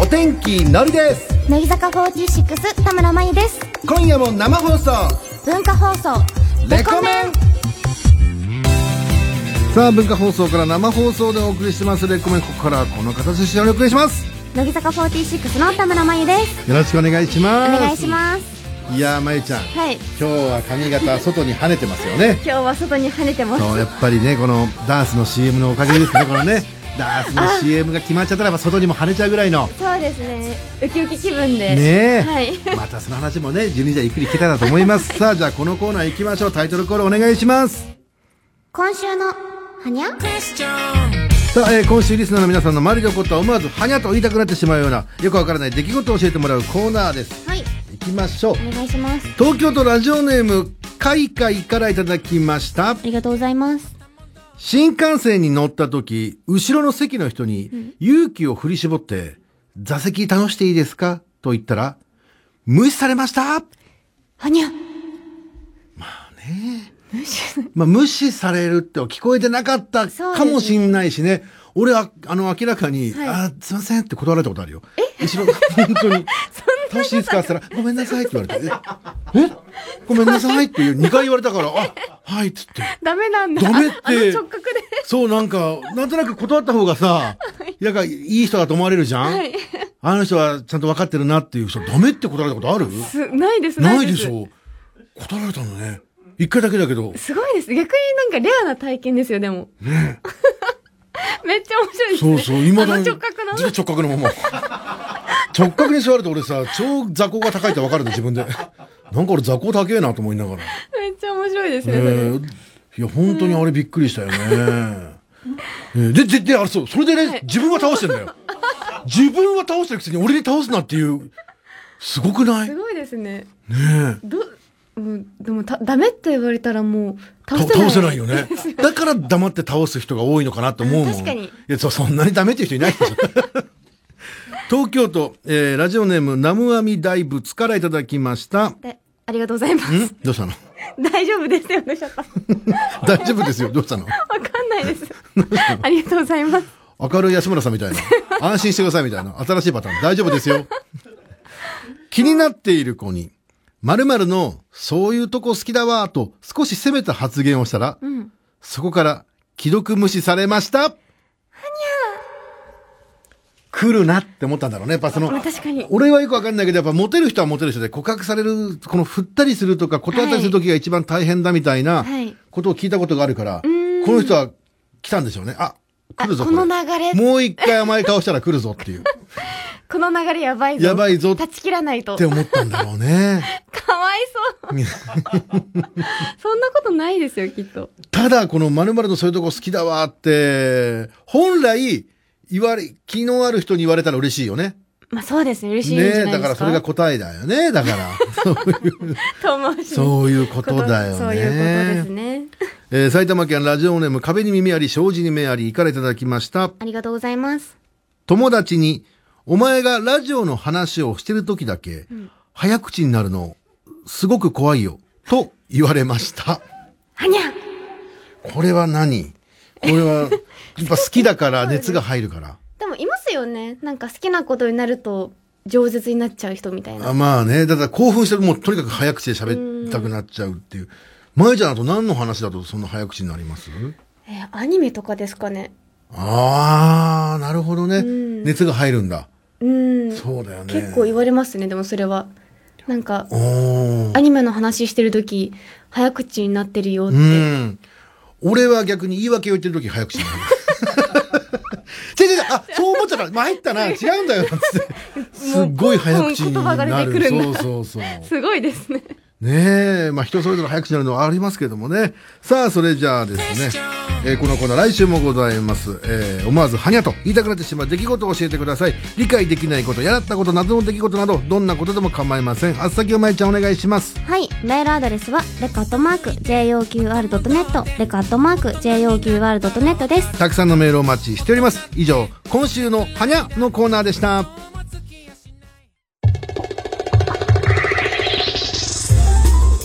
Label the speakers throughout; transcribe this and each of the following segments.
Speaker 1: お天気のりです
Speaker 2: 乃木坂46田村真由です
Speaker 1: 今夜も生放送
Speaker 2: 文化放送
Speaker 1: レコメンさあ文化放送から生放送でお送りしてますレコメンここからはこの形でお送りします
Speaker 2: 乃木坂46の田村真由です
Speaker 1: よろしくお願いし
Speaker 2: お
Speaker 1: ます
Speaker 2: 願いします
Speaker 1: すいやーまゆちゃん、
Speaker 2: はい
Speaker 1: 今日は髪型外に跳ねてますよね
Speaker 2: 今日は外に跳ねてます
Speaker 1: そうやっぱりねこのダンスの CM のおかげですねこのねダンスの CM が決まっちゃったらまあ外にも跳ねちゃうぐらいの
Speaker 2: そうですねウキウキ気分で
Speaker 1: ねえ、
Speaker 2: はい
Speaker 1: またその話もね12時はゆっくり聞けたらと思いますさあじゃあこのコーナー行きましょうタイトルコールお願いします
Speaker 2: 今週のはにゃ
Speaker 1: さあ、えー今週リスナーの皆さんの周りで起こった思わずはにゃと言いたくなってしまうようなよくわからない出来事を教えてもらうコーナーです
Speaker 2: はい
Speaker 1: 行きましょう
Speaker 2: お願いします
Speaker 1: 東京都ラジオネームカイカイからいただきました
Speaker 2: ありがとうございます
Speaker 1: 新幹線に乗った時後ろの席の人に勇気を振り絞って「座席楽していいですか?」と言ったら「無視されました!」
Speaker 2: はにゃ
Speaker 1: まあ、無視されるって聞こえてなかったかもしんないしね。俺は、あの、明らかに、
Speaker 2: はい
Speaker 1: あーすいませんって断られたことあるよ。後ろ、 本当に。楽しいですかって言ったら、ごめんなさいって言われて、ええごめんなさいっていう、2回言われたから、あ、はいっつって。
Speaker 2: ダメなんだ
Speaker 1: ダメって
Speaker 2: ああの直角で
Speaker 1: そう、なんか、なんとなく断った方がさ、なんか、いい人だと思われるじゃん、
Speaker 2: はい
Speaker 1: あの人はちゃんと分かってるなっていう人、ダメって断られたことある
Speaker 2: すないです
Speaker 1: ないでしょ。断られたのね。一回だけだけど。
Speaker 2: すごいです逆になんかレアな体験ですよでもね めっちゃ面白いです
Speaker 1: そ
Speaker 2: ね
Speaker 1: うそう、今だ
Speaker 2: あの
Speaker 1: に。
Speaker 2: 直角の
Speaker 1: ずっと直角のまま。直角に座ると俺さ、超座高が高いって分かるの自分で。なんか俺座高高えなと思いながら。
Speaker 2: めっちゃ面白いです
Speaker 1: え
Speaker 2: ね、それ
Speaker 1: ー、いや、本当にあれびっくりしたよね。えーで、で、で、あれそう、それでね、
Speaker 2: はい
Speaker 1: 自分は倒してんだよ。自分は倒してるくせに俺に倒すなっていう、すごくない
Speaker 2: す
Speaker 1: ね
Speaker 2: ごいですね
Speaker 1: え。
Speaker 2: どもうでもたダメって言われたらもう倒
Speaker 1: 倒
Speaker 2: せ
Speaker 1: せ
Speaker 2: ない
Speaker 1: ないよ ね。だから黙って倒す人が多いのかなと思うもん。
Speaker 2: 確かに
Speaker 1: いや、そ、そんなにダメっていう人いないでしょ。 東京都、えーラジオネーム、ナムアミ大仏からいただきました。ん
Speaker 2: でありがとうございます
Speaker 1: どうしたの
Speaker 2: 大丈夫ですよねシャッター
Speaker 1: 大丈夫ですよ。どうしたの
Speaker 2: わかんないですありがとうございます
Speaker 1: 明るい安村さんみた いな。安心してくださいみたいな。新しいパターン。大丈夫ですよ。気になっている子に、〇〇の、そういうとこ好きだわ、と少し責めた発言をしたら、
Speaker 2: うん
Speaker 1: そこから、既読無視されました。はにゃ来るなって思ったんだろうね。やっぱその
Speaker 2: まあ、確かに
Speaker 1: 俺はよくわかんないけど、やっぱモテる人はモテる人で告白される、この振ったりするとか、断ったりする時が一番大変だみたいな
Speaker 2: はい
Speaker 1: ことを聞いたことがあるから、
Speaker 2: ーん
Speaker 1: この人は来たんでしょうね。あ、来
Speaker 2: あ
Speaker 1: るぞ
Speaker 2: こ
Speaker 1: これ
Speaker 2: の流れ
Speaker 1: もう一回甘い顔したら来るぞって いう。
Speaker 2: この流れやばいぞ
Speaker 1: やばいぞ
Speaker 2: 断ち切らないと
Speaker 1: って思ったんだろうね。
Speaker 2: かわいそうそんなことないですよきっと
Speaker 1: ただ、この〇〇のそういうとこ好きだわって、本来、言われ、気のある人に言われたら嬉しいよね。
Speaker 2: まあそうですね嬉しいんじゃない
Speaker 1: ね
Speaker 2: です
Speaker 1: え、
Speaker 2: か
Speaker 1: だからそれが答えだよね。だ から。
Speaker 2: と思うし
Speaker 1: そういうことだよね。
Speaker 2: そういうことですね
Speaker 1: えー埼玉県ラジオネーム壁に耳あり、障子に目あり、からいただきました。
Speaker 2: ありがとうございます
Speaker 1: 友達に、お前がラジオの話をしてる時だけ、早口になるの、すごく怖いよ、と言われました。
Speaker 2: はにゃ
Speaker 1: これは何これ は、やっぱ好きだから、熱が入るから。
Speaker 2: でもいますよねなんか好きなことになると饒舌になっちゃう人みたい
Speaker 1: あ
Speaker 2: な
Speaker 1: まあね、だから興奮してもうとにかく早口で喋りたくなっちゃうっていう。前ちゃんだと何の話だとそんな早口になります
Speaker 2: えーアニメとかですかね
Speaker 1: ああ、なるほどね。
Speaker 2: ん
Speaker 1: 熱が入るんだ。
Speaker 2: うん
Speaker 1: そうだよね。
Speaker 2: 結構言われますねでもそれはなんか
Speaker 1: おー
Speaker 2: アニメの話してる時早口になってるよっ
Speaker 1: う
Speaker 2: て
Speaker 1: ん。俺は逆に言い訳を言ってる時早口 になる。違う違う違う、あ、そう思っちゃった。まあ、入ったな。違うんだよ。なんつって。すっごい早口に
Speaker 2: もうポンポン言葉
Speaker 1: な
Speaker 2: が
Speaker 1: る。
Speaker 2: 出てくる
Speaker 1: そ
Speaker 2: ん
Speaker 1: う
Speaker 2: だ
Speaker 1: そうそう。
Speaker 2: すごいです ね
Speaker 1: ねえ、まあ人それぞれ早口になるのはありますけどもね。さあ、それじゃあですね。えーこのコーナー来週もございます。えー思わずはにゃと言いたくなってしまう出来事を教えてください。理解できないこと、やらったこと、謎の出来事など、どんなことでも構いません。あっさきおまえちゃんお願いします。
Speaker 2: はい。メールアドレスは、レカットマーク、JOQR.net、レカットマーク、JOQR.net です。
Speaker 1: たくさんのメールをお待ちしております以上今週の「はにゃ」のコーナーでした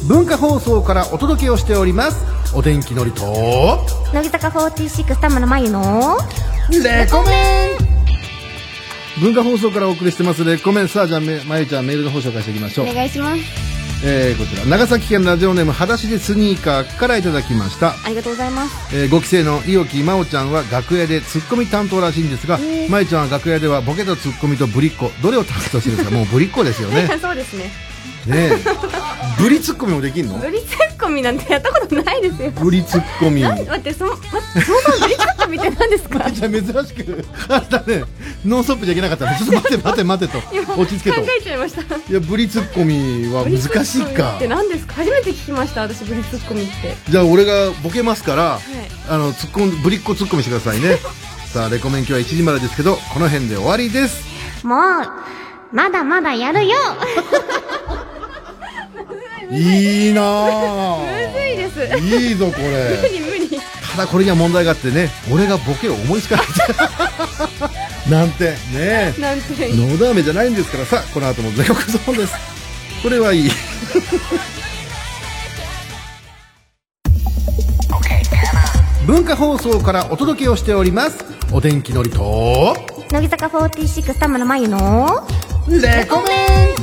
Speaker 1: 文化放送からお届けをしておりますお天気のりと
Speaker 2: 乃木坂46田村真由の、
Speaker 1: レコメン文化放送からお送りしてますレコメンさあじゃあめまゆちゃんメールの方紹介していきましょ
Speaker 2: お
Speaker 1: う、
Speaker 2: 願いします
Speaker 1: えーこちら長崎県ラジオネーム裸足でスニーカーからいただきました
Speaker 2: ありがとうございます
Speaker 1: えー、5期生の伊沖真央ちゃんは楽屋でツッコミ担当らしいんですが、まいちゃんは楽屋ではボケとツッコミとブリッコどれを担当してるん ですかもうブリッコですよ ね
Speaker 2: そうですね
Speaker 1: ねえブリツッコミもできんの
Speaker 2: ブリツッコミなんてやったことないですよ
Speaker 1: ブリツッコミ
Speaker 2: なん待ってその待ってそもそもブリツッコミって何ですか
Speaker 1: じゃあ珍しくあったねノンストップじゃいけなかったねちょっと待って待って待 てと落ち着けと
Speaker 2: 考えちゃいました
Speaker 1: いやブリツッコミは
Speaker 2: ブリツッコ
Speaker 1: 難
Speaker 2: ミ
Speaker 1: しいか
Speaker 2: って何ですか初めて聞きました私ブリツッコミって
Speaker 1: じゃあ俺がボケますから、
Speaker 2: い
Speaker 1: あのツッコんブリッコツッコミしてください ねさあレコメン今日は1時までですけどこの辺で終わりです
Speaker 2: もうまだまだやるよ
Speaker 1: いいな ぁ
Speaker 2: むずいです
Speaker 1: いいぞこ
Speaker 2: 無
Speaker 1: れ
Speaker 2: 理無理
Speaker 1: ただこれには問題があってね俺がボケを思いつかない なんてねえ
Speaker 2: なんて
Speaker 1: のど飴じゃないんですからさこの後も全国ゾーンですこれはいい文化放送からお届けをしておりますお天気のりと
Speaker 2: 乃木坂46田村真由の
Speaker 1: レコメ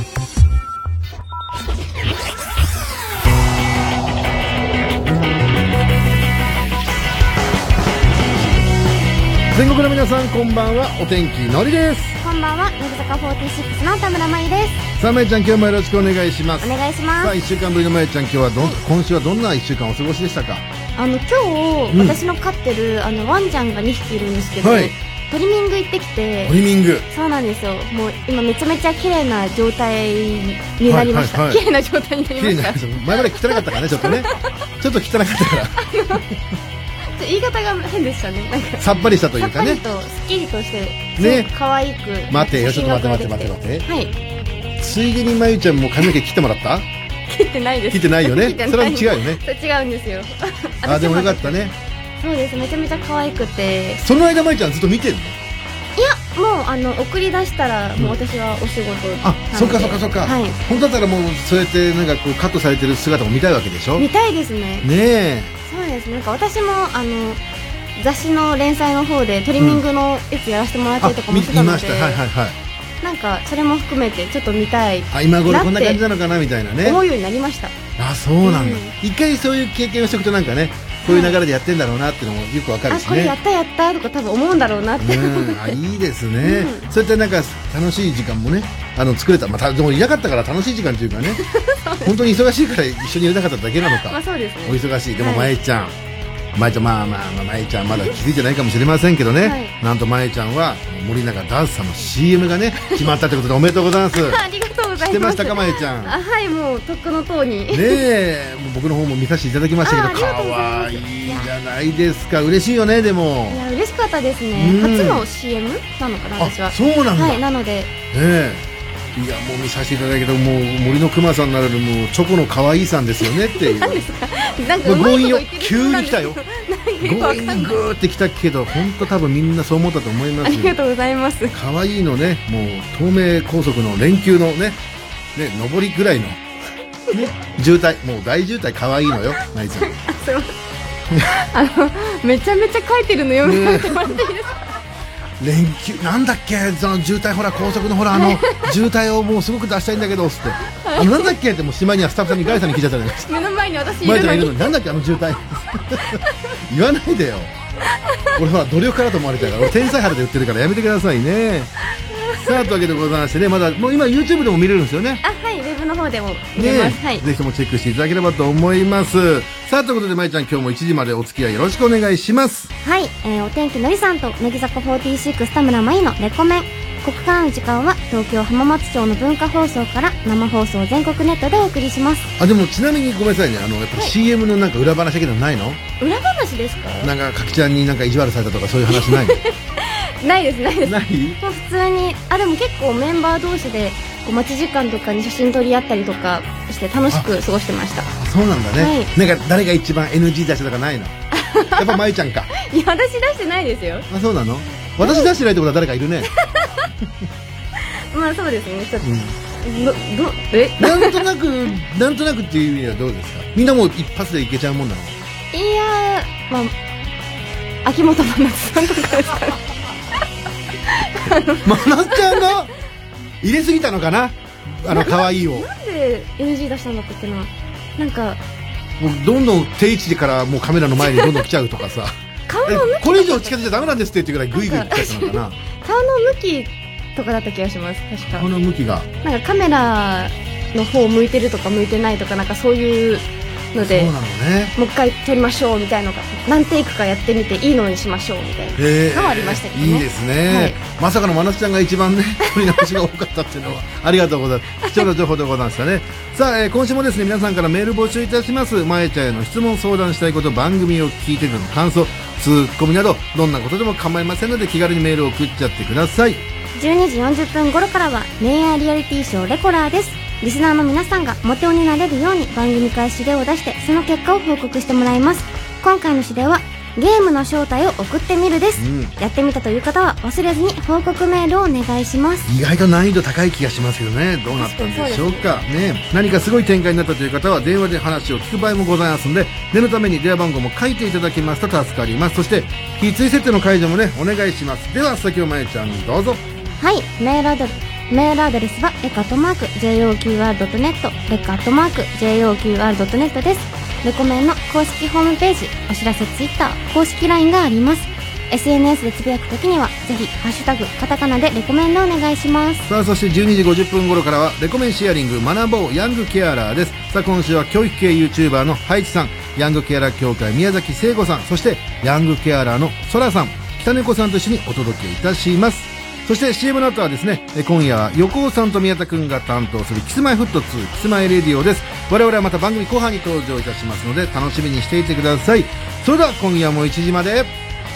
Speaker 1: ン全国の皆さんこんばんはお天気のりです
Speaker 2: こんばんは乃木坂46の田村真由で
Speaker 1: さあまゆちゃん今日もよろしくお願いします
Speaker 2: すお願いし
Speaker 1: さ
Speaker 2: ま
Speaker 1: あ
Speaker 2: す
Speaker 1: 1週間ぶりのまゆちゃん今日はどん今週はどんな1週間お過ごしでしたか
Speaker 2: あの今日、
Speaker 1: うん
Speaker 2: 私の飼ってるあのワンちゃんが2匹いるんですけど、
Speaker 1: はい
Speaker 2: トリミング行ってきて
Speaker 1: リミング
Speaker 2: そうなんですよもう今めちゃめちゃ綺麗な状態になりました、
Speaker 1: はいはいはい
Speaker 2: 綺麗な状態になり
Speaker 1: 綺
Speaker 2: ま
Speaker 1: 麗
Speaker 2: し
Speaker 1: になり
Speaker 2: た
Speaker 1: ました前まで汚かったからねちょっとねちょっと汚かったか
Speaker 2: ちょっと言い方が変でしたねなんから
Speaker 1: さっぱりしたとい
Speaker 2: さ
Speaker 1: う
Speaker 2: っ
Speaker 1: か
Speaker 2: ぱ
Speaker 1: ね
Speaker 2: りとすっきりとして
Speaker 1: ね
Speaker 2: ね可愛く
Speaker 1: 待てよちょっと待て
Speaker 2: 写真が
Speaker 1: 待
Speaker 2: 撮れ
Speaker 1: て待て待て
Speaker 2: はい
Speaker 1: ついでにまゆちゃんも髪の毛切ってもら った
Speaker 2: 切ってないです
Speaker 1: 切ってないよね
Speaker 2: 切って
Speaker 1: それは
Speaker 2: な
Speaker 1: 違
Speaker 2: いう
Speaker 1: よね
Speaker 2: それ違うんですよ
Speaker 1: あでもよかったね
Speaker 2: そうですめちゃめちゃ可愛くて
Speaker 1: その間まゆちゃんずっと見てるの
Speaker 2: いやもうあの送り出したらもう私はお仕事な
Speaker 1: あ
Speaker 2: ので、
Speaker 1: そっかそっかそっか、
Speaker 2: はい
Speaker 1: 本当だったらもうそうやってなんかこうカットされてる姿も見たいわけでしょ
Speaker 2: 見
Speaker 1: ね
Speaker 2: たいですね
Speaker 1: え
Speaker 2: そうですねなんか私もあの雑誌の連載の方でトリミングのやつやらせてもらった
Speaker 1: あ
Speaker 2: りとかも
Speaker 1: 見
Speaker 2: してた
Speaker 1: 見
Speaker 2: の
Speaker 1: ま
Speaker 2: で、
Speaker 1: したはいはいはい
Speaker 2: なんかそれも含めてちょっと見たい
Speaker 1: あ今頃こんな
Speaker 2: だっ
Speaker 1: 感
Speaker 2: て
Speaker 1: じなのかなみたいなね
Speaker 2: 思うようになりました
Speaker 1: あそうなんだ、
Speaker 2: うん
Speaker 1: 一回そういう経験をしておくとなんかねこういう流れでやってんだろうなっていうのもよくわかる
Speaker 2: あ
Speaker 1: し
Speaker 2: これやっ
Speaker 1: ね
Speaker 2: たやったとか多分思うんだろうなって、
Speaker 1: うん、あいいですね、
Speaker 2: う
Speaker 1: そうやってなんか楽しい時間もねあの作れた、まあ、たでもいなかったから楽しい時間という かね本当に忙しいから一緒にいれなかっただけなのか、
Speaker 2: まあそうです
Speaker 1: お
Speaker 2: ね
Speaker 1: 忙しいでもま
Speaker 2: はい
Speaker 1: えちゃん、まえちゃんまあまあまあまえちゃんまだ気づいてないかもしれませんけどね、
Speaker 2: はい
Speaker 1: なんとまえちゃんは森永ダンスさんの CM がね決まったということでおめでとうございます
Speaker 2: ありがとうございます
Speaker 1: 知ってましたかまえちゃん
Speaker 2: あはいもうとっくの塔に、
Speaker 1: ねえもう僕の方も見させていただきましたけど
Speaker 2: あありがとうござい
Speaker 1: 可
Speaker 2: ます
Speaker 1: 愛いじゃないですか嬉しいよねでも
Speaker 2: いや嬉しかったですね、
Speaker 1: うん
Speaker 2: 初の CM なのかな
Speaker 1: あ
Speaker 2: 私は
Speaker 1: そうなんだ、
Speaker 2: はい
Speaker 1: ね
Speaker 2: なので
Speaker 1: えいやもう見させていただいたけどもう森の熊さんならぬもうチョコの可愛いさんですよねって いう
Speaker 2: なんかうまいこと言ってる
Speaker 1: 強引よ急に来た よ
Speaker 2: よく
Speaker 1: 強
Speaker 2: わかん
Speaker 1: 引
Speaker 2: な
Speaker 1: に
Speaker 2: い
Speaker 1: グーってきたけど本当多分みんなそう思ったと思いま
Speaker 2: あ
Speaker 1: す
Speaker 2: りがとうございます
Speaker 1: 可愛いのねもう東名高速の連休のねね上りぐらいの、ね、渋滞もう大渋滞可愛いのよまいちゃん
Speaker 2: すいませんあのめちゃめちゃ書いてるの読み上げてもらっていいですか、
Speaker 1: 連休なんだっけその渋滞ほら高速のほ らあの渋滞をもうすごく出したいんだけどっつってあのなんだっけってもうしまいにはスタッフさんにガイさんに聞いちゃったじゃないですか
Speaker 2: 目の前に 私い
Speaker 1: 前
Speaker 2: る
Speaker 1: ちゃ
Speaker 2: の
Speaker 1: んい
Speaker 2: に
Speaker 1: るのになんだっけあの渋滞 言わないでよ俺ほら努力家だと思われちゃうから俺天才肌で売ってるからやめてくださいねさあというわけでございましてねまだもう今 YouTube でも見れるんですよね
Speaker 2: あはいウェブの方でも見れ
Speaker 1: ね
Speaker 2: ます、はい
Speaker 1: ぜひともチェックしていただければと思いますさあということでまいちゃん今日も1時までお付き合いよろしくお願いします
Speaker 2: はい、えーお天気のりさんと乃木坂46田村真由のレコメンここからの時間は東京浜松町の文化放送から生放送全国ネットでお送りします
Speaker 1: あでもちなみにごめんなさいねあのやっぱ CM のなんか裏話だけどないの
Speaker 2: 裏話ですか
Speaker 1: なんかかきちゃんになんか意地悪されたとかそういう話ないの
Speaker 2: ないです ないです
Speaker 1: ない
Speaker 2: もう普通にあでも結構メンバー同士でこう待ち時間とかに写真撮り合ったりとかして楽しく過ごしてました
Speaker 1: あそうなんだね、
Speaker 2: は
Speaker 1: なんか誰が一番 NG 出したとかないのやっぱまゆちゃんか
Speaker 2: いや私出してないですよ
Speaker 1: あそうなの私出してないってことは誰かいるね、
Speaker 2: まあそうですねちょっと、
Speaker 1: う
Speaker 2: どどえ
Speaker 1: ん、なんとなくなんとなくっていう意味ではどうですかみんなもう一発でいけちゃうもん なの
Speaker 2: いやーまあ秋元真夏さんとかですかね
Speaker 1: マナちゃんが入れすぎたのかなあの可愛いを
Speaker 2: なんで NG 出したんだったっけななんか
Speaker 1: もうどんどん定位置からもうカメラの前にどんどん来ちゃうとか さ
Speaker 2: 顔の
Speaker 1: えこれ以上近づいちゃダメなんですって言ってぐらいグイグイ来ちゃったのかな
Speaker 2: 顔の向きとかだった気がします
Speaker 1: こ
Speaker 2: 確か
Speaker 1: の向きが
Speaker 2: なんかカメラの方向いてるとか向いてないとかなんかそういうの
Speaker 1: そう
Speaker 2: で
Speaker 1: なのね
Speaker 2: もう一回撮りましょうみたいなのが何テイクかやってみていいのにしましょうみたいな
Speaker 1: え
Speaker 2: のはありましたけどね
Speaker 1: いいですね、
Speaker 2: はい
Speaker 1: まさかの真夏ちゃんが一 番ね撮り直しが多かったっていうのはありがとうございます貴重な情報でございましたねさあ、えー今週もですね皆さんからメール募集いたしますまえちゃんへの質問相談したいこと番組を聞いてるの感想ツッコミなどどんなことでも構いませんので気軽にメールを送っちゃってください
Speaker 2: 12時40分頃からは恋愛リアリティショーレコラーですリスナーの皆さんがモテ男になれるように番組から指令を出してその結果を報告してもらいます今回の指令はゲームの正体を送ってみるです、
Speaker 1: うん
Speaker 2: やってみたという方は忘れずに報告メールをお願いします
Speaker 1: 意外と難易度高い気がしますけどねどうなったんでしょうかね何かすごい展開になったという方は電話で話を聞く場合もございますので念のために電話番号も書いていただきますと助かりますそして非追設定の解除もねお願いしますでは先をまえちゃんどうぞ
Speaker 2: はいメールアドレスメールアドレスはレカットマーク JOQR.net レカットマーク JOQR.net ですレコメンの公式ホームページお知らせツイッター公式 LINE があります SNS でつぶやくときにはぜひ「ハッシュタグカタカナ」でレコメンドお願いします
Speaker 1: さあそして12時50分頃からはレコメンシェアリング学ぼうヤングケアラーですさあ今週は教育系 YouTuber のハイチさんヤングケアラー協会宮崎聖子さんそしてヤングケアラーのソラさん北猫さんと一緒にお届けいたしますそして CM の後はですねえ今夜は横尾さんと宮田くんが担当するキスマイフット2キスマイレディオです我々はまた番組後半に登場いたしますので楽しみにしていてくださいそれでは今夜も1時まで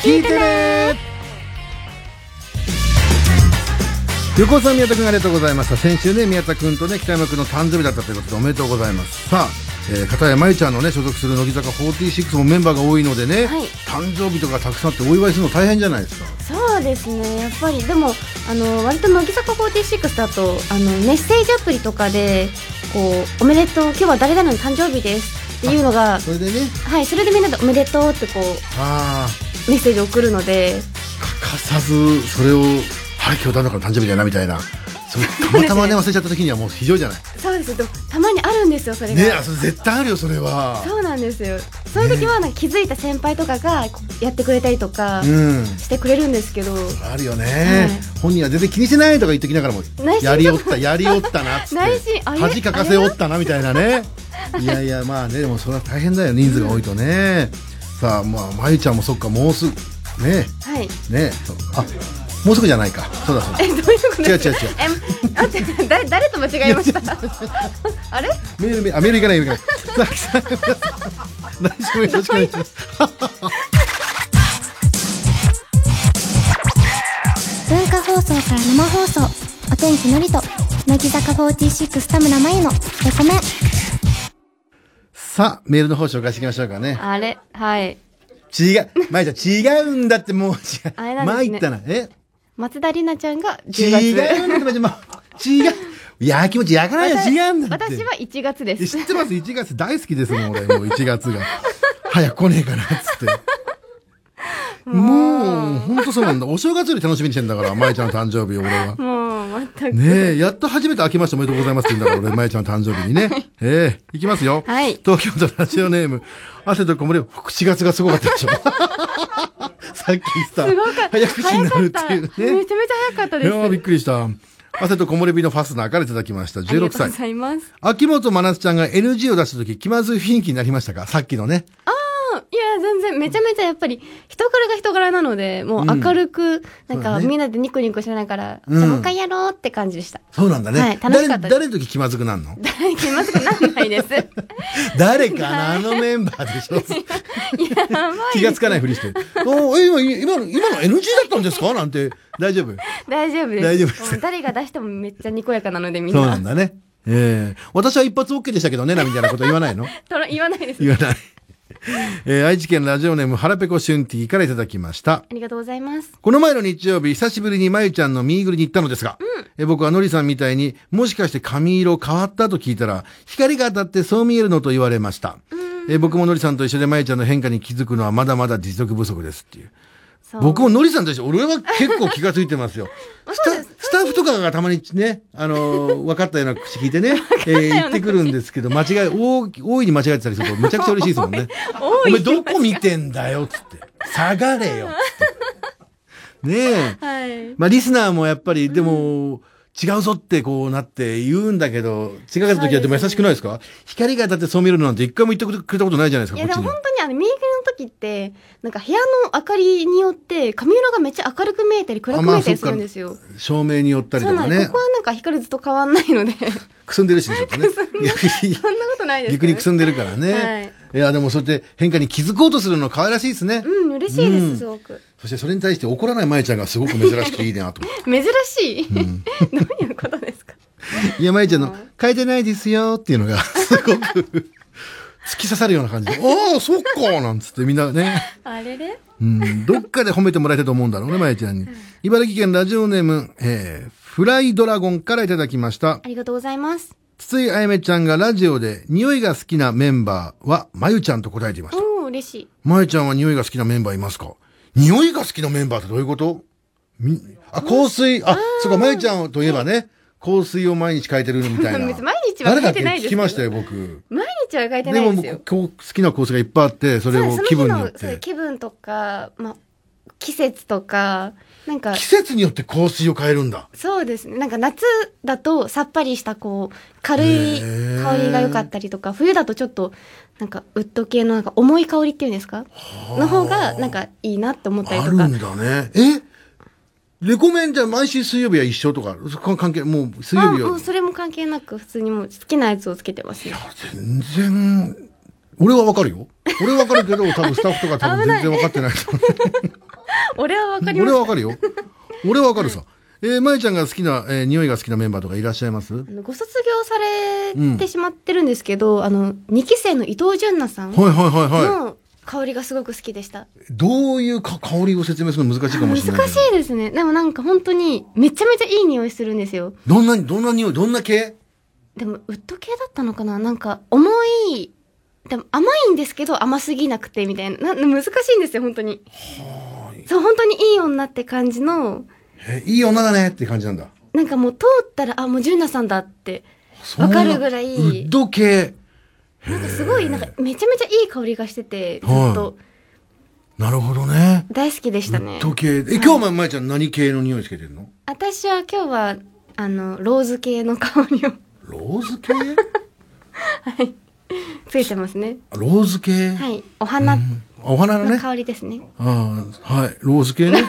Speaker 1: 聞いてね横尾さん宮田君ありがとうございました先週ね宮田君とね北山君の誕生日だったということでおめでとうございますさあ、えー、片山由ちゃんのね所属する乃木坂46もメンバーが多いのでね、
Speaker 2: はい
Speaker 1: 誕生日とかたくさんあってお祝いするの大変じゃないですか
Speaker 2: そうですねやっぱりでもあの割と乃木坂46だとあのメッセージアプリとかでこう「おめでとう今日は誰々の誕生日です」っていうのが
Speaker 1: それでね
Speaker 2: はいそれでみんなで「おめでとう」ってこう
Speaker 1: ああ
Speaker 2: メッセージを送るので
Speaker 1: 欠かさずそれをはい今日旦那から誕生日だよなみたいなそれたまたまね忘れちゃった時にはもう非常じゃない
Speaker 2: そうですでもたまにあるんですよそれが、
Speaker 1: ねあそれ絶対あるよそれは
Speaker 2: そうなんですよそういう時はなんか気づいた先輩とかがこうやってくれたりとか
Speaker 1: うん
Speaker 2: してくれるんですけど、
Speaker 1: あるよね、本人は全然気にしてないとか言っときながらも
Speaker 2: 内心ちょっと
Speaker 1: やりおったやりおったなっつって
Speaker 2: 内心あれ
Speaker 1: 恥かかせおったなみたいなねいやいやまあねでもそれは大変だよ人数が多いとね、さあまあまゆちゃんもそっかもうすぐね
Speaker 2: はい
Speaker 1: ねそうあもうすぐじゃないかそうだそうだ
Speaker 2: えどういうことですか
Speaker 1: 違う違う違う
Speaker 2: え待ってだ誰と間違えました あれ
Speaker 1: メールメールあメールいかないメールいかないさあ北山さん来週もよろしくお願いします
Speaker 2: 文化放送から生放送お天気のりと乃木坂46田村真由のレコメン
Speaker 1: さあメールの方紹介していきましょうかね
Speaker 2: あれはい
Speaker 1: 違うまゆちゃん違うんだってもう違う
Speaker 2: あれなんですね
Speaker 1: 参ったなえ
Speaker 2: 松田里奈ちゃんが10月
Speaker 1: 違うんだって、まじ違う。いや、気持ちやからないよ、違うんだって。
Speaker 2: 私は1月で
Speaker 1: え
Speaker 2: す
Speaker 1: 知ってます、1月大好きですもん、俺、もう1月が。早く来ねえかな、っつって。 もう、ほんとそうなんだ。お正月より楽しみにしてんだから、まえちゃんの誕生日を、俺は。
Speaker 2: もう全く
Speaker 1: ねえ、やっと初めて明けましておめでとうございますって言うんだから、俺、まえちゃんの誕生日にね。ええいきますよ。
Speaker 2: はい
Speaker 1: 東京都ラジオネーム、汗とこもれ、4月がすごかったでしょ。 さっきさ、
Speaker 2: すごかった
Speaker 1: 早口になるっていうね。
Speaker 2: 早かっためちゃめちゃ早かった
Speaker 1: い
Speaker 2: で
Speaker 1: や
Speaker 2: す
Speaker 1: ーびっくりした。汗と木漏れ日のファスナーからいただきました。
Speaker 2: ありが
Speaker 1: 16
Speaker 2: とう
Speaker 1: 歳
Speaker 2: ご。ざいます
Speaker 1: 秋元真夏ちゃんが NG を出した時気まずい雰囲気になりましたかさっきのね。
Speaker 2: いや、全然、めちゃめちゃやっぱり、人柄が人柄なので、もう明るく、な
Speaker 1: そ
Speaker 2: ん
Speaker 1: うだ
Speaker 2: か、
Speaker 1: ね
Speaker 2: みんなでニコニコしながら、
Speaker 1: うん
Speaker 2: じゃあもう一回やろうって感じでした。
Speaker 1: そうなんだね。
Speaker 2: はい楽しかったです
Speaker 1: 誰、誰の時気まずく なんの
Speaker 2: 誰気まずくなんな いです。
Speaker 1: 誰かなあのメンバーでしょ
Speaker 2: やば
Speaker 1: 気がつかないふりして。おーえ、今、今の、今の NG だったんですかなんて。大丈夫
Speaker 2: い。大丈夫です。
Speaker 1: 大丈夫です
Speaker 2: もう誰が出してもめっちゃにこやかなので、みん
Speaker 1: そうな
Speaker 2: な。
Speaker 1: んだね。ええ私は一発 OK でしたけどね、なみたいなこと言わないの
Speaker 2: とら言わないです。
Speaker 1: 言わない。えー愛知県ラジオネーム、腹ペコシュンティからいただきました。
Speaker 2: ありがとうございます。
Speaker 1: この前の日曜日、久しぶりにまゆちゃんのミーグルに行ったのですが、え僕はのりさんみたいに、もしかして髪色変わったと聞いたら、光が当たってそう見えるのと言われました。え僕ものりさんと一緒でまゆちゃんの変化に気づくのはまだまだ持続不足ですっていう。
Speaker 2: そう
Speaker 1: 僕ものりさんと一緒、俺は結構気がついてますよ。
Speaker 2: あ
Speaker 1: ス
Speaker 2: そう
Speaker 1: タ
Speaker 2: です
Speaker 1: スタッフとかがたまにね、あのー分かったような口聞いて ね、えー言ってくるんですけど、間違い、大き大いに間違えてたりすると、めちゃくちゃ嬉しいですもんね。
Speaker 2: 多
Speaker 1: お
Speaker 2: い
Speaker 1: 前どこ見てんだよっつって。下がれよっつっ て。ねえ。
Speaker 2: はい
Speaker 1: まあリスナーもやっぱり、でも、違うぞってこうなって言うんだけど、違う時はでも優しくないですか光が当たってそう見えるのなんて一回も言ってくれたことないじゃないです
Speaker 2: い
Speaker 1: か、
Speaker 2: や
Speaker 1: こ
Speaker 2: で
Speaker 1: っち
Speaker 2: も
Speaker 1: に
Speaker 2: 本。当にあのミーティングの時ってなんか部屋の明かりによって髪色がめっちゃ明るく見えたり暗く見えたりするんですよ。
Speaker 1: 照明によったり
Speaker 2: そ
Speaker 1: と
Speaker 2: うな
Speaker 1: か
Speaker 2: んです。
Speaker 1: ね
Speaker 2: ここ。はなんか光るずっと変わんないので
Speaker 1: くすんでるしね、ちょっとね。いや
Speaker 2: そんなことないです
Speaker 1: 逆にくす
Speaker 2: ん
Speaker 1: んでるからね。
Speaker 2: はい
Speaker 1: い、や、でもそうやって変化に気づこうとするの可愛らしいですね。
Speaker 2: うん嬉しいです、
Speaker 1: うん
Speaker 2: すごく
Speaker 1: そしてそれに対して怒らないまゆちゃんがすごく珍しくていいな と思って
Speaker 2: 珍しい、どういうことですか
Speaker 1: いや、まゆちゃんの、書いてないですよっていうのが、すごく、突き刺さるような感 じで、ああ、そっかなんつってみんなね、
Speaker 2: あれれ
Speaker 1: うん、どっかで褒めてもらいたいと思うんだろうね、まゆちゃんに。茨城県ラジオネーム、えー、フライドラゴンからいただきました。
Speaker 2: ありがとうございます
Speaker 1: 筒井あやめちゃんがラジオで、匂いが好きなメンバーは、まゆちゃんと答えていました。
Speaker 2: おお嬉しい
Speaker 1: まゆちゃんは匂いが好きなメンバーいますか匂いが好きなメンバーってどういうことみあ、香水、あ、そうか、まゆちゃんといえばね、香水を毎日変えてるみたいな
Speaker 2: 別。に毎日は変えてないで
Speaker 1: 誰だっけ聞
Speaker 2: すけど
Speaker 1: きましたよ、僕。
Speaker 2: 毎日は書いて
Speaker 1: で
Speaker 2: ない
Speaker 1: も、
Speaker 2: で
Speaker 1: 僕
Speaker 2: すよ
Speaker 1: 今日好きな香水がいっぱいあって、それ
Speaker 2: そう
Speaker 1: を
Speaker 2: です
Speaker 1: 気分
Speaker 2: そ
Speaker 1: によ
Speaker 2: の日
Speaker 1: っ
Speaker 2: のそう
Speaker 1: て。
Speaker 2: 気分とか、まあ、季節とかなんか
Speaker 1: 季節によって香水を変えるんだ。
Speaker 2: そうですねなんか夏だとさっぱりしたこう軽い
Speaker 1: へー
Speaker 2: 香りが良かったりとか冬だとちょっとなんかウッド系のなんか重い香りっていうんですかの方がなんかいいなって思ったり
Speaker 1: あ
Speaker 2: と
Speaker 1: る
Speaker 2: か
Speaker 1: んだね。えレコメンじゃあ毎週水曜日は一緒とか、そこは関係、もう水
Speaker 2: まあ
Speaker 1: 曜日
Speaker 2: も
Speaker 1: は
Speaker 2: う。それも関係なく普通にもう好きなやつをつけてますよ
Speaker 1: 全然、俺はわかるよ。俺はわかるけど、多分スタッフとか多分全然わかってないと思う。
Speaker 2: 俺はわかりま
Speaker 1: 俺
Speaker 2: す
Speaker 1: はわかるよ。俺はわかるさ。えー、まゆちゃんが好きな、えー匂いが好きなメンバーとかいらっしゃいます
Speaker 2: あのご卒業されてしまってるんですけど、あの2期生の伊藤純奈さん
Speaker 1: はいはいはいはい。
Speaker 2: の香りがすごく好きでした、
Speaker 1: どういうか香りを説明するの難しいかも
Speaker 2: 難
Speaker 1: し
Speaker 2: し
Speaker 1: れないけど。
Speaker 2: いですねでもなんか本当にめちゃめちゃいい匂いするんですよ
Speaker 1: どんな、どんな匂い、どんな系
Speaker 2: でもウッド系だったのかななんか重いでも甘いんですけど甘すぎなくてみたいなな難しいんですよ本当にそう本当にいい女って感じの
Speaker 1: え、いい女だねって感じなんだ。
Speaker 2: なんかもう通ったらあもう純奈さんだって
Speaker 1: そんな
Speaker 2: わかるぐらい
Speaker 1: ウッド系。
Speaker 2: なんかすごいなんかめちゃめちゃいい香りがしててずっ
Speaker 1: は
Speaker 2: と
Speaker 1: なるほどね。
Speaker 2: 大好きでし
Speaker 1: ウ
Speaker 2: たね
Speaker 1: ッド系。え、今日ま、まゆちゃん何系の匂いつけてるの
Speaker 2: 私は今日はあのローズ系の香りを
Speaker 1: ローズ系
Speaker 2: つけてますね
Speaker 1: ローズ系、
Speaker 2: はいお花
Speaker 1: あお花の
Speaker 2: の
Speaker 1: ね。
Speaker 2: 香りですね
Speaker 1: ああ、はい。ローズ系ね。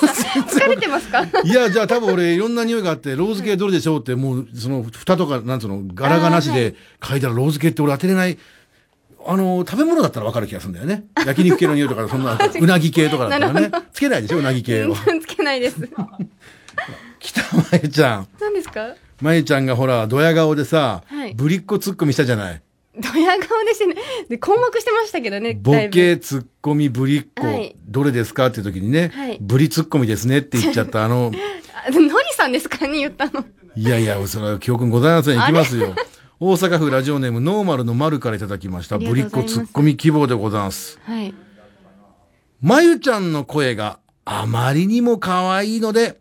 Speaker 2: 疲れてますか
Speaker 1: いや、じゃあ多分俺いろんな匂いがあって、ローズ系どれでしょうって、もうその蓋とか、なんつうの、柄がなしで嗅いだらローズ系って俺当てれない。あの、食べ物だったらわかる気がするんだよ ね。焼肉系の匂いとか、そんな、うなぎ系とかだったらね。つけないでしょ、うなぎ系
Speaker 2: 全
Speaker 1: を。
Speaker 2: 然つけないです
Speaker 1: 来た、まゆちゃん。
Speaker 2: 何ですか
Speaker 1: まゆちゃんがほら、ドヤ顔でさ、
Speaker 2: はい
Speaker 1: ぶりっ子ツッコミしたじゃない。
Speaker 2: ドヤ顔でしてねで困惑してましたけどね
Speaker 1: ボ
Speaker 2: だいぶ
Speaker 1: ケ、ツッコミ、ぶりっ子、
Speaker 2: はい
Speaker 1: どれですかって時にね、
Speaker 2: はい
Speaker 1: ぶりツッコミですねって言っちゃった、あの、
Speaker 2: あノリさんですかに言ったの
Speaker 1: いやいや、それは記憶ございません。いきますよ。大阪府ラジオネームノーマルの丸からいただきました。
Speaker 2: ありが
Speaker 1: ぶ
Speaker 2: とう
Speaker 1: りっ子
Speaker 2: ございます
Speaker 1: ツッコミ希望でございます。
Speaker 2: はい
Speaker 1: まゆちゃんの声があまりにも可愛いので、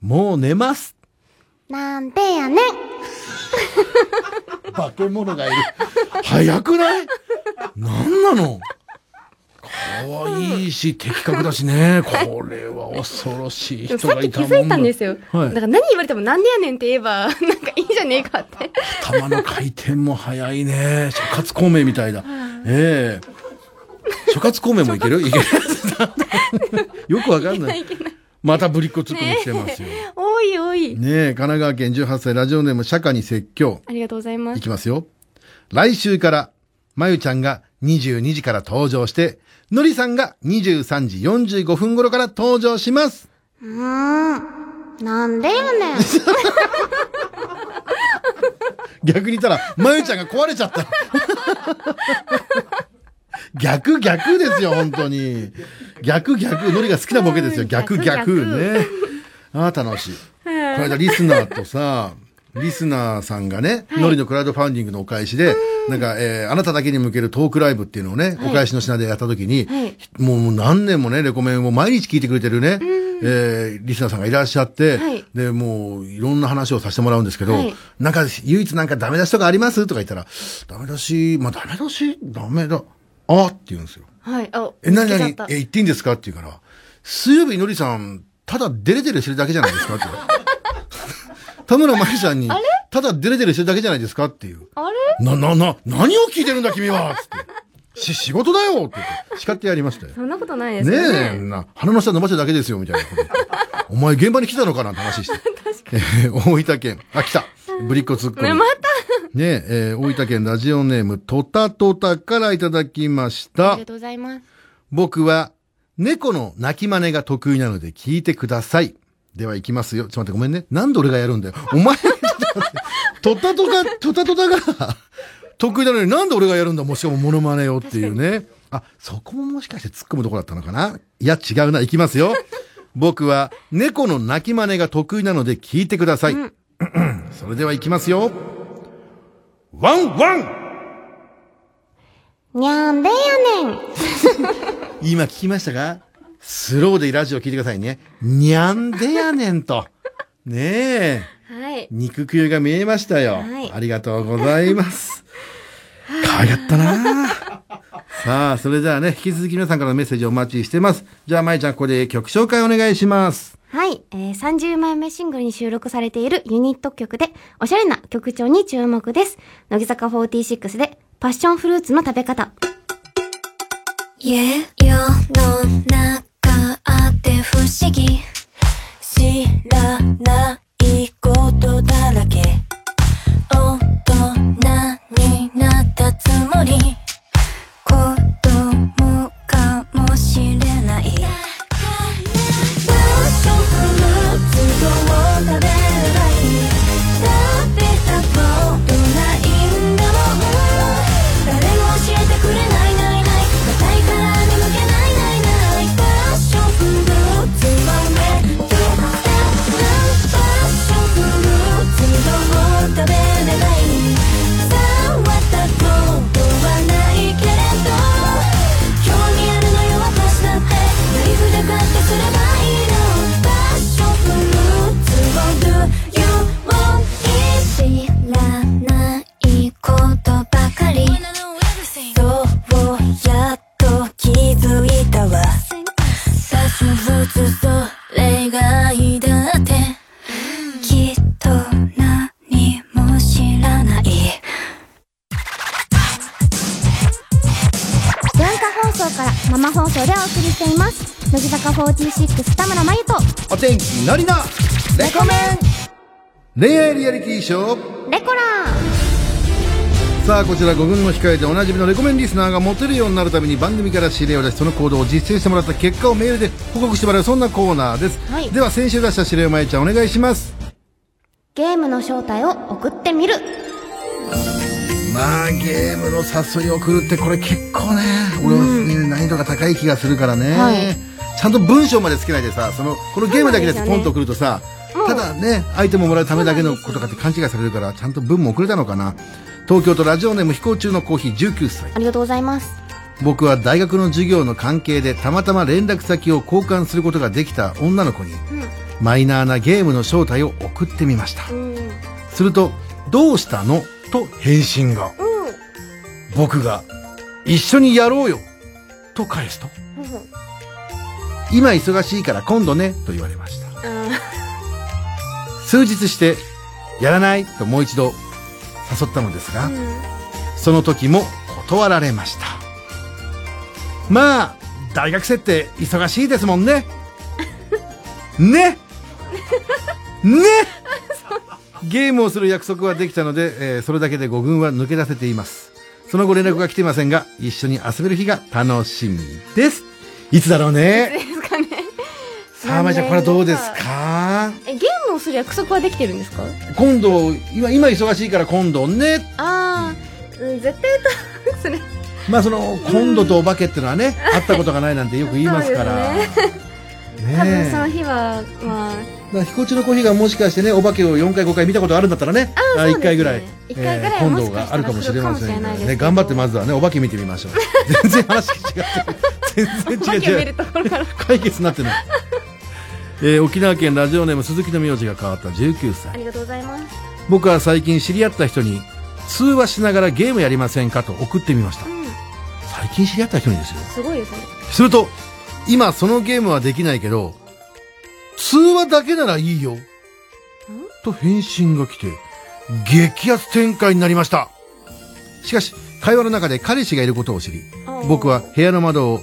Speaker 1: もう寝ます。
Speaker 2: なんでやねん
Speaker 1: 化け物がいる。早くないなんなの可愛いし、的確だしね。これは恐ろしい
Speaker 2: でも
Speaker 1: 人
Speaker 2: さっ
Speaker 1: が
Speaker 2: き
Speaker 1: い
Speaker 2: 気
Speaker 1: たもんだ
Speaker 2: づいたんですよ、
Speaker 1: はい
Speaker 2: だから何言われてもなんでやねんって言えば なんかいいじゃねえ かって
Speaker 1: 頭の回転も早い ね。諸葛孔明みたいだ。ええ諸葛孔明もいけるいける。 よくわかんない。またぶりっ子ツッコミ来てますよ。ね
Speaker 2: おいおい、
Speaker 1: え、神奈川県18歳ラジオネーム釈迦に説教。
Speaker 2: ありがとうございま
Speaker 1: い
Speaker 2: す
Speaker 1: きますよ。来週から、まゆちゃんが22時から登場して、のりさんが23時45分頃から登場します。
Speaker 2: うーんなんでやねん
Speaker 1: 逆に言ったら、まゆちゃんが壊れちゃった。逆逆ですよ、本当に。逆逆。ノリが好きなボケですよ。
Speaker 2: うん
Speaker 1: 逆逆
Speaker 2: 逆
Speaker 1: ね。ああ、楽しい。この間リスナーとさ、リスナーさんがね、ノリのクラウドファンディングのお返しで、なんか、えーあなただけに向けるトークライブっていうのをね、お返しの品でやった時に
Speaker 2: はい、
Speaker 1: もう何年もね、レコメンを毎日聞いてくれてるね、えーリスナーさんがいらっしゃって、
Speaker 2: はい
Speaker 1: で、もう、いろんな話をさせてもらうんですけど、
Speaker 2: はい
Speaker 1: なんか、唯一なんかダメ出しとかありますとか言ったら、ダメ出し、まあ、ダメ出し、ダメだ、あって言うんですよ。
Speaker 2: はい。あ、
Speaker 1: え、なに
Speaker 2: 見
Speaker 1: な
Speaker 2: つけちゃ
Speaker 1: に
Speaker 2: った
Speaker 1: え、言っていいんですかって言うから、水曜日のりさん、ただデレデレしてるだけじゃないですかって言う。 田村真由さんに、ただデレデレしてるだけじゃないですかっていう。
Speaker 2: あれ
Speaker 1: な、な、な、何を聞いてるんだ君はつって。し、仕事だよって言って、叱ってやりましたよ。
Speaker 2: そんなことないです
Speaker 1: ね
Speaker 2: よね。
Speaker 1: え、な、鼻の下伸ばしただけですよ、みたいなこと。お前現場に来たのかなんて話 して。えー大分県、あ、来た。ぶりっ子ツッコミ。
Speaker 2: ねまた
Speaker 1: ねえ、えー大分県ラジオネーム、トタトタからいただきました。
Speaker 2: ありがとうございます。
Speaker 1: 僕は猫の鳴き真似が得意なので聞いてください。では行きますよ。ちょっと待ってごめんね。なんで俺がやるんだよ。お前、 ちょっと待ってとったとか、とったとたが 得意なのになんで俺がやるんだもうしかもモノマネをっていうね。あ、そこももしかして突っ込むとこだったのかないや違うな。行きますよ。僕は猫の鳴き真似が得意なので聞いてください。 それでは行きますよ。ワンワン
Speaker 2: にゃんでやねん。
Speaker 1: 今聞きましたかスローでラジオ聞いてくださいね。にゃんでやねんと。ねえ。
Speaker 2: はい。
Speaker 1: 肉球が見えましたよ。
Speaker 2: はい
Speaker 1: ありがとうございます。可愛かったなさあ、それではね、引き続き皆さんからのメッセージをお待ちしてます。じゃあ、まいちゃん、ここで曲紹介お願いします。
Speaker 2: はい、えー30枚目シングルに収録されているユニット曲で、おしゃれな曲調に注目です。乃木坂46で、パッションフルーツの食べ方。
Speaker 3: 家世の中あって不思議知らないことだらけ大人になったつもり子供かもしれないパッションフルーツを食べればいいだって運んでないんだもん誰も教えてくれないないない硬いから眠けないないないパッションフルーツはめとパッションフルーツを食べればいい触ったことはないけれど興味あるのよ私だってナイフでカットすればいいのパッションフルーツを Do you want it? 知らないことばかりそうやっと気づいたわパッションフルーツそれがいいだってきっと何も知らない
Speaker 2: 文化放送から生放送でお送りしています。乃木坂46田村真由と、
Speaker 1: お天気のりのレコメン恋愛リアリティショー
Speaker 2: レコラー
Speaker 1: さあこちら5分の控えでおなじみのレコメンリスナーがモテるようになるために番組から指令を出しその行動を実践してもらった結果をメールで報告してもらうそんなコーナーです、
Speaker 2: はい
Speaker 1: では先週出した指令をまゆちゃんお願いします
Speaker 2: ゲームの正体を送ってみる。
Speaker 1: まあゲームの誘いを送るってこれ結構ね俺は、難易度が高い気がするからね、
Speaker 2: はい
Speaker 1: ちゃんと文章までつけないでさそのこのゲームだけです
Speaker 2: そうなん
Speaker 1: ポ
Speaker 2: ですよね
Speaker 1: ンと送るとさ、ただねアイテムをもらうためだけのことかって勘違いされるからちゃんと文も送れたのかな東京都ラジオネーム飛行中のコーヒー19歳
Speaker 2: ありがとうございます。
Speaker 1: 僕は大学の授業の関係でたまたま連絡先を交換することができた女の子に、マイナーなゲームの正体を送ってみました、
Speaker 2: うん。
Speaker 1: すると「どうしたの?」と返信が、僕が「一緒にやろうよ」と返すと「今忙しいから今度ね」と言われました数日して「やらない」ともう一度誘ったのですが、その時も断られましたまあ大学生って忙しいですもん ねねねゲームをする約束はできたので、えーそれだけで5軍は抜け出せていますその後連絡が来ていませんが一緒に遊べる日が楽しみです いつだろうね
Speaker 2: ですかね。
Speaker 1: さあまいちゃんこれはどうですか
Speaker 2: え、ゲームをする約束はできてるんですか
Speaker 1: 今度今今忙しいから今度ね
Speaker 2: ああ、うん、絶対歌うそれ。
Speaker 1: まあその今度とお化けってのはね、会ったことがないなんてよく言います から。ね
Speaker 2: 多分その
Speaker 1: え。
Speaker 2: 日は、まあ、
Speaker 1: だから飛行中のコーヒーがもしかしてね、お化けを4回5回見たことあるんだったらね、
Speaker 2: あ
Speaker 1: あ
Speaker 2: そうです
Speaker 1: 1
Speaker 2: ね
Speaker 1: 回ぐらい、
Speaker 2: 一回ぐらい
Speaker 1: 今
Speaker 2: もし
Speaker 1: 度
Speaker 2: かし
Speaker 1: が
Speaker 2: た
Speaker 1: あ
Speaker 2: ら
Speaker 1: るかもしれません
Speaker 2: 来るかもしれないですけど
Speaker 1: ね、頑張ってまずはね、お化け見てみましょう。 全然話違う。全
Speaker 2: お化
Speaker 1: 然違
Speaker 2: け
Speaker 1: う
Speaker 2: を
Speaker 1: 違
Speaker 2: 見
Speaker 1: う
Speaker 2: る。ところから。
Speaker 1: 解決になってない。えー沖縄県ラジオネーム鈴木の名字が変わった19
Speaker 2: あ
Speaker 1: 歳
Speaker 2: りがとうございます。
Speaker 1: 僕は最近知り合った人に通話しながらゲームやりませんかと送ってみました
Speaker 2: うん、
Speaker 1: 最近知り合った人にですよ
Speaker 2: すごいですね。
Speaker 1: すると今そのゲームはできないけど通話だけならいいよと返信が来て激アツ展開になりましたしかし会話の中で彼氏がいることを知り
Speaker 2: あー
Speaker 1: 僕は部屋の窓を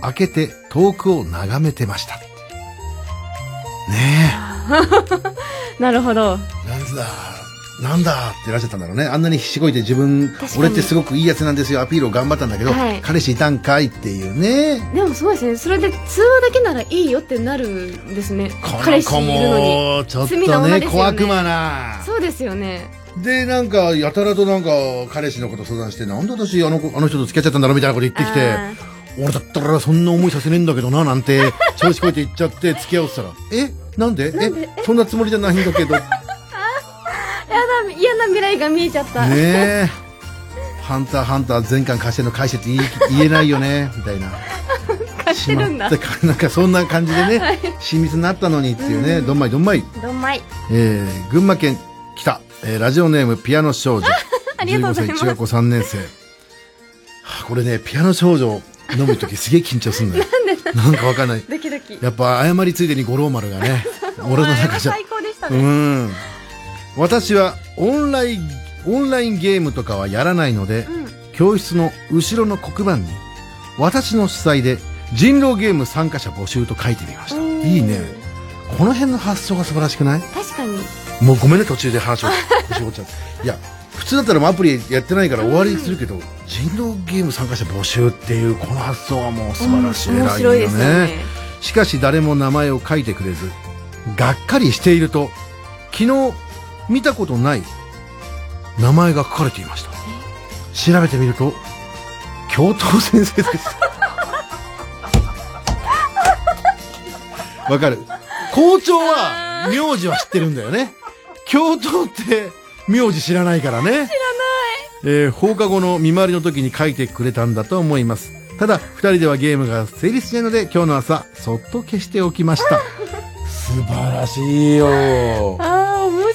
Speaker 1: 開けて遠くを眺めてました。ね
Speaker 2: なるほど。
Speaker 1: え。なんだ、なんだっていらっしゃったんだろうね。あんなにひしごいて自分
Speaker 2: 確か、に
Speaker 1: 俺ってすごくいいやつなんですよ、アピールを頑張ったんだけど、
Speaker 2: はい
Speaker 1: 彼氏いたんかいっていうね。
Speaker 2: でもすごいですね。それで通話だけならいいよってなるんですね
Speaker 1: こ。の
Speaker 2: 彼氏
Speaker 1: 子
Speaker 2: いるのに。
Speaker 1: も、ちょっと
Speaker 2: 罪な女
Speaker 1: ね、
Speaker 2: ですよね
Speaker 1: 小悪魔な。
Speaker 2: そうですよね。
Speaker 1: で、なんか、やたらとなんか、彼氏のこと相談して、なんで私、あの子、あの人と付き合っちゃったんだろうみたいなこと言ってきて、
Speaker 2: あ
Speaker 1: 俺だったらそんな思いさせねえんだけどななん て調子こいて言っちゃって付き合おうって言ったら「えなんで
Speaker 2: なんで
Speaker 1: えそんなつもりじゃないんだ けど」ね
Speaker 2: ーやだ、嫌な未来が見えちゃった。
Speaker 1: え「ハンターハンター」全巻貸しての返してって言い言えないよねみたいな
Speaker 2: 貸してるんだ
Speaker 1: し。まったなんかそんな感じでね親密になったのにっていうねどんまいどんまい、
Speaker 2: どんまい。
Speaker 1: えー、群馬県北、えーラジオネームピアノ少女
Speaker 2: ありがとうござい
Speaker 1: 15
Speaker 2: ま
Speaker 1: 歳
Speaker 2: す
Speaker 1: 中学校3年生はあこれねピアノ少女飲む時すげえ緊張するん だよなんかわかんない
Speaker 2: ドキドキ。
Speaker 1: やっぱ謝りついでに五郎丸がね俺の中じゃ
Speaker 2: お前は最高でした
Speaker 1: う
Speaker 2: ね。
Speaker 1: ん私はオンラインオンラインゲームとかはやらないので、
Speaker 2: うん
Speaker 1: 教室の後ろの黒板に私の主催で人狼ゲーム参加者募集と書いてみました
Speaker 2: うん
Speaker 1: いいねこの辺の発想が素晴らしくない
Speaker 2: 確かに。
Speaker 1: もうごめんね途中で 話を絞っちゃっていや普通だったらもうアプリやってないから終わりするけど、人狼ゲーム参加者募集っていうこの発想はもう素晴らしい
Speaker 2: 面
Speaker 1: 偉
Speaker 2: 白いですよね。
Speaker 1: しかし誰も名前を書いてくれず、がっかりしていると、昨日見たことない名前が書かれていました。調べてみると、教頭先生です。わかる。校長は名字は知ってるんだよね。教頭って名字知らないからね。知らない。えー放課後の見回りの時に書いてくれたんだと思います。ただ、二人ではゲームが成立しないので、今日の朝、そっと消しておきま した。素晴らしいよ。
Speaker 2: ああ、面白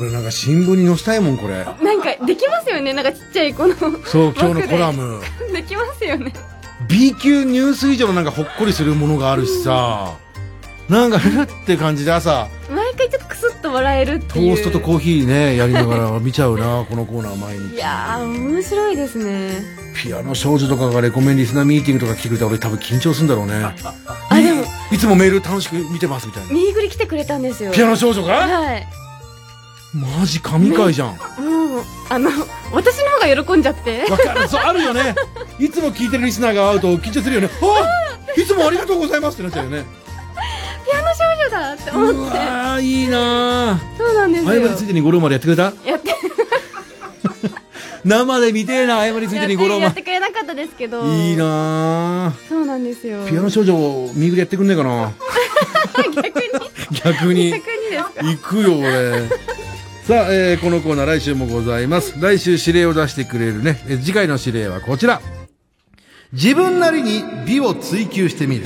Speaker 1: 俺なんか新聞に載せたいもん、これ。
Speaker 2: い。なんか、できますよね。なんかちっちゃいこの。
Speaker 1: そう、今日のコラム。
Speaker 2: できますよね。
Speaker 1: B 級ニュース以上のなんかほっこりするものがあるしさ、なんかふふって感じで朝、
Speaker 2: 毎回ちょっとクスッと笑えるって
Speaker 1: ト
Speaker 2: いう。
Speaker 1: ーストとコーヒーね、やりながら見ちゃうな、このコーナー毎
Speaker 2: い
Speaker 1: 日。
Speaker 2: やー、面白いですね。
Speaker 1: ピアノ少女とかがレコメンリスナーミーティングとか来てくれたら俺多分緊張するんだろうね。
Speaker 2: あ、でも、
Speaker 1: いつもメール楽しく見てますみたいな。
Speaker 2: ミーグリ来てくれたんですよ。
Speaker 1: ピアノ少女が
Speaker 2: はい。
Speaker 1: マジ神回じゃん。わ
Speaker 2: もう、あの、私の方が喜んじゃって。
Speaker 1: かる。そう、あるよね。いつも聞いてるリスナーが会うと緊張するよね。あいつもありがとうございますってなっちゃうよね。
Speaker 2: ピアノ少女だって
Speaker 1: う
Speaker 2: 思って。
Speaker 1: わー、いいな
Speaker 2: そうなんです
Speaker 1: ー。謝りつい
Speaker 2: よ。
Speaker 1: でに五郎丸やってくれた
Speaker 2: やって、
Speaker 1: 生で見てえな、謝りつい
Speaker 2: や
Speaker 1: でに
Speaker 2: って
Speaker 1: 五郎
Speaker 2: やっ
Speaker 1: 丸。
Speaker 2: てくれなかったですけど。
Speaker 1: いいな
Speaker 2: そうなんですよ。
Speaker 1: ー。ピアノ少女、ミーグルやってくんねえかな。
Speaker 2: 逆に、
Speaker 1: 逆に。
Speaker 2: 逆にですか。
Speaker 1: 行くよ 俺さあ、えーこのコーナー来週もございます来週指令を出してくれるねえー次回の指令はこちら自分なりに美を追求してみる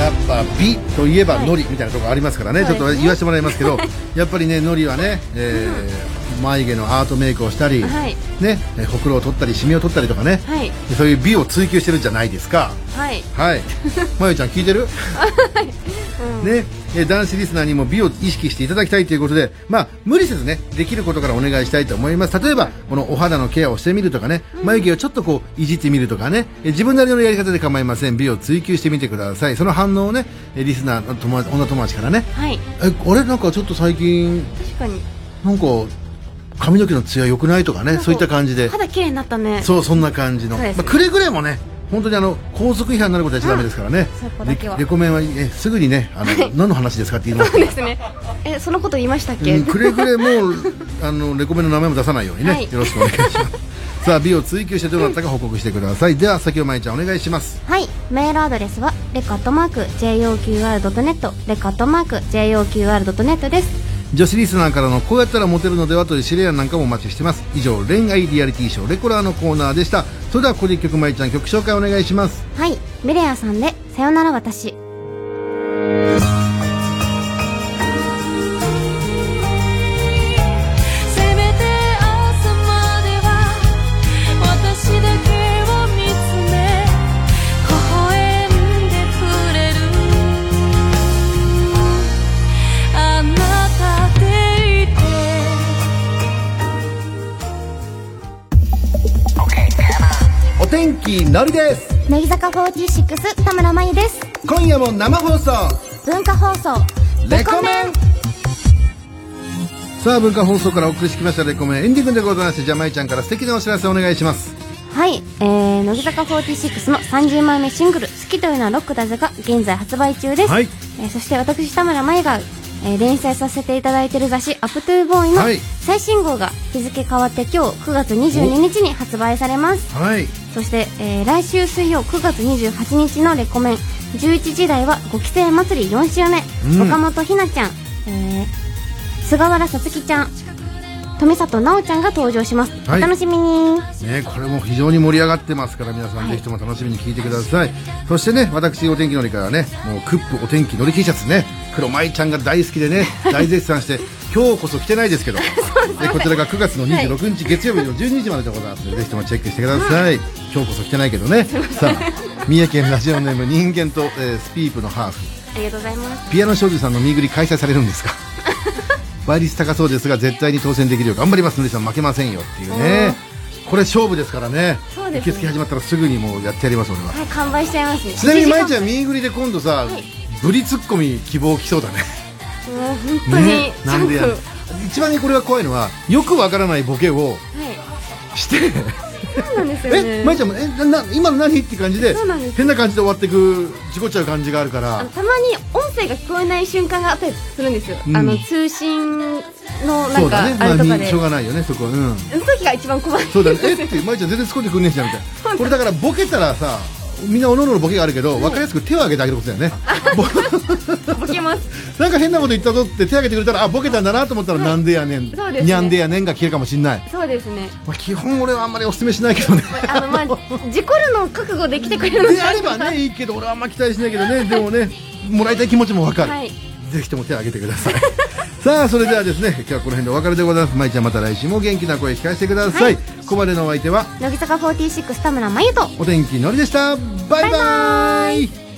Speaker 1: やっぱ美といえばノリみたいなところありますからね、ちょっと言わせてもらいますけ ど、やっぱりねノリはね、えー眉毛のアートメイクをしたり、
Speaker 2: はい
Speaker 1: ねえーほくろを取ったりシミを取ったりとかね、
Speaker 2: はい
Speaker 1: そういう美を追求してるじゃないですか
Speaker 2: はい。
Speaker 1: はいまゆちゃん聞いてるね、えー男子リスナーにも美を意識していただきたいということで、まあ、無理せずね、できることからお願いしたいと思います。例えば、このお肌のケアをしてみるとかね、眉毛をちょっとこう、いじってみるとかね、えー自分なりのやり方で構いません。美を追求してみてください。その反応をね、えーリスナーの友達、女友達からね、
Speaker 2: はい。
Speaker 1: え、あれなんかちょっと最近、
Speaker 2: 確かに。
Speaker 1: なんか、髪の毛のツヤ良くないとかね、そういった感じで。
Speaker 2: 肌綺麗になったね。
Speaker 1: そう、そんな感じの。
Speaker 2: そうです
Speaker 1: まあ、くれぐれもね、本当にあの、高速違反になることはしちゃダメですからね
Speaker 2: そういう。こと
Speaker 1: レ
Speaker 2: だけは
Speaker 1: レコメンは、えすぐにね、あの、何の話ですかって 言います
Speaker 2: そうですね。え、そのこと言いましたっけ、
Speaker 1: うんくれぐれもあのレコメンの名前も出さないようにね、
Speaker 2: はい
Speaker 1: よろしくお願いし ますさあ美を追求してどうだったか報告してください、では先ほどまいちゃんお願いします
Speaker 2: はい。メールアドレスは、レカットマーク、JOQR.net、レカットマーク、JOQR.net です。
Speaker 1: 女子リスナーからのこうやったらモテるのではという指令案なんかもお待ちしてます以上恋愛リアリティショーレコラーのコーナーでしたそれではここで一曲まいちゃん曲紹介お願いします
Speaker 2: はい。ミレアさんで、さよなら私。
Speaker 1: のりです
Speaker 2: 乃木坂46田村真由です
Speaker 1: 今夜も生放送
Speaker 2: 文化放送
Speaker 1: レコメンさあ文化放送からお送りしてきましたレコメンエンディングでございましてじゃあまいちゃんから素敵なお知らせお願いします
Speaker 2: はい、えー、乃木坂46の30枚目シングル「好きというのはロックだぜ」が現在発売中です、
Speaker 1: はい
Speaker 2: えーそして私田村真由が、えー連載させていただいている雑誌「アップトゥーボーイの
Speaker 1: はい
Speaker 2: 最新号が日付変わって今日9月22日に発売されます
Speaker 1: はい
Speaker 2: そして、えー来週水曜9月28日のレコメン11時台は5期生祭り4週目、
Speaker 1: うん
Speaker 2: 岡本ひなちゃん、えー菅原さつきちゃん富里奈緒ちゃんが登場します、
Speaker 1: はい
Speaker 2: お楽しみに
Speaker 1: ね、これも非常に盛り上がってますから皆さんぜひとも楽しみに聞いてください、そしてね私お天気のりからねもうクップお天気のり T シャツね黒舞ちゃんが大好きで ね大絶賛して今日 こそ着てないですけどでこちらが9月の26日月曜日の12時まででございますのでぜひともチェックしてください、今日こそ着てないけどねさあ三重県ラジオネーム人間と、えースピープのハーフ
Speaker 2: ありがとうございます
Speaker 1: ピアノ少女さんのミーグリ開催されるん ですか倍率高そうですが絶対に当選できるよう頑張りますのりさん負けませんよっていうねこれ勝負ですからね
Speaker 2: そうです
Speaker 1: 受
Speaker 2: ね
Speaker 1: 付始まったらすぐにもうやってやります俺は
Speaker 2: はい完売しちゃいますね
Speaker 1: ちなみにまいち
Speaker 2: ゃ
Speaker 1: ゃんミーグリで今度さ、
Speaker 2: い
Speaker 1: ブリツッコミ希望来そうだね
Speaker 2: んもう本当に、
Speaker 1: ねなんでやる
Speaker 2: ちょっ
Speaker 1: 一番にこれは怖いのはよくわからないボケを
Speaker 2: とはい
Speaker 1: して
Speaker 2: そうなんですよね
Speaker 1: えまいちゃんもえなな今の何って感じで
Speaker 2: そうなんです
Speaker 1: 変な感じで終わってく事故っちゃう感じがあるから
Speaker 2: あのたまに音声が聞こえない瞬間があったりするんですよ、
Speaker 1: うん
Speaker 2: あの通信のな
Speaker 1: そ
Speaker 2: ん
Speaker 1: う
Speaker 2: か
Speaker 1: だね
Speaker 2: あれと
Speaker 1: ま
Speaker 2: か
Speaker 1: あ
Speaker 2: で、
Speaker 1: しょうがないよねそこうん
Speaker 2: その時が一番困る
Speaker 1: そうだね、えっていう、まいちゃん全然突っ込んでくんねえじゃんみたいな。これだからボケたらさ、みんなおのおののボケがあるけど、わかりやすく手を挙げてあげることだよね。ぼ
Speaker 2: ボケます
Speaker 1: なんか変なこと言ったぞって手挙げてくれたら、あ、ボケたんだなと思ったら、なんでやねん、
Speaker 2: そうですね
Speaker 1: にゃんでやねんが消えるかもしんない。
Speaker 2: そうですね
Speaker 1: まあ、基本俺はあんまりお勧めしないけどね。
Speaker 2: あの まあ事故るのを覚悟できてくれるの
Speaker 1: で
Speaker 2: が
Speaker 1: あればね、いいけど、俺はあんま期待しないけどね、でもね、もらいたい気持ちもわかる。
Speaker 2: はい
Speaker 1: ぜひとも手を挙げてください。 さあ、それではですね、今日はこの辺でお別れでございます。まいちゃんまた来週も元気な声聞かせてください。
Speaker 2: はい
Speaker 1: ここまでのお相手は、
Speaker 2: 乃木坂46田村真由と
Speaker 1: お天気のりでした。バイバイ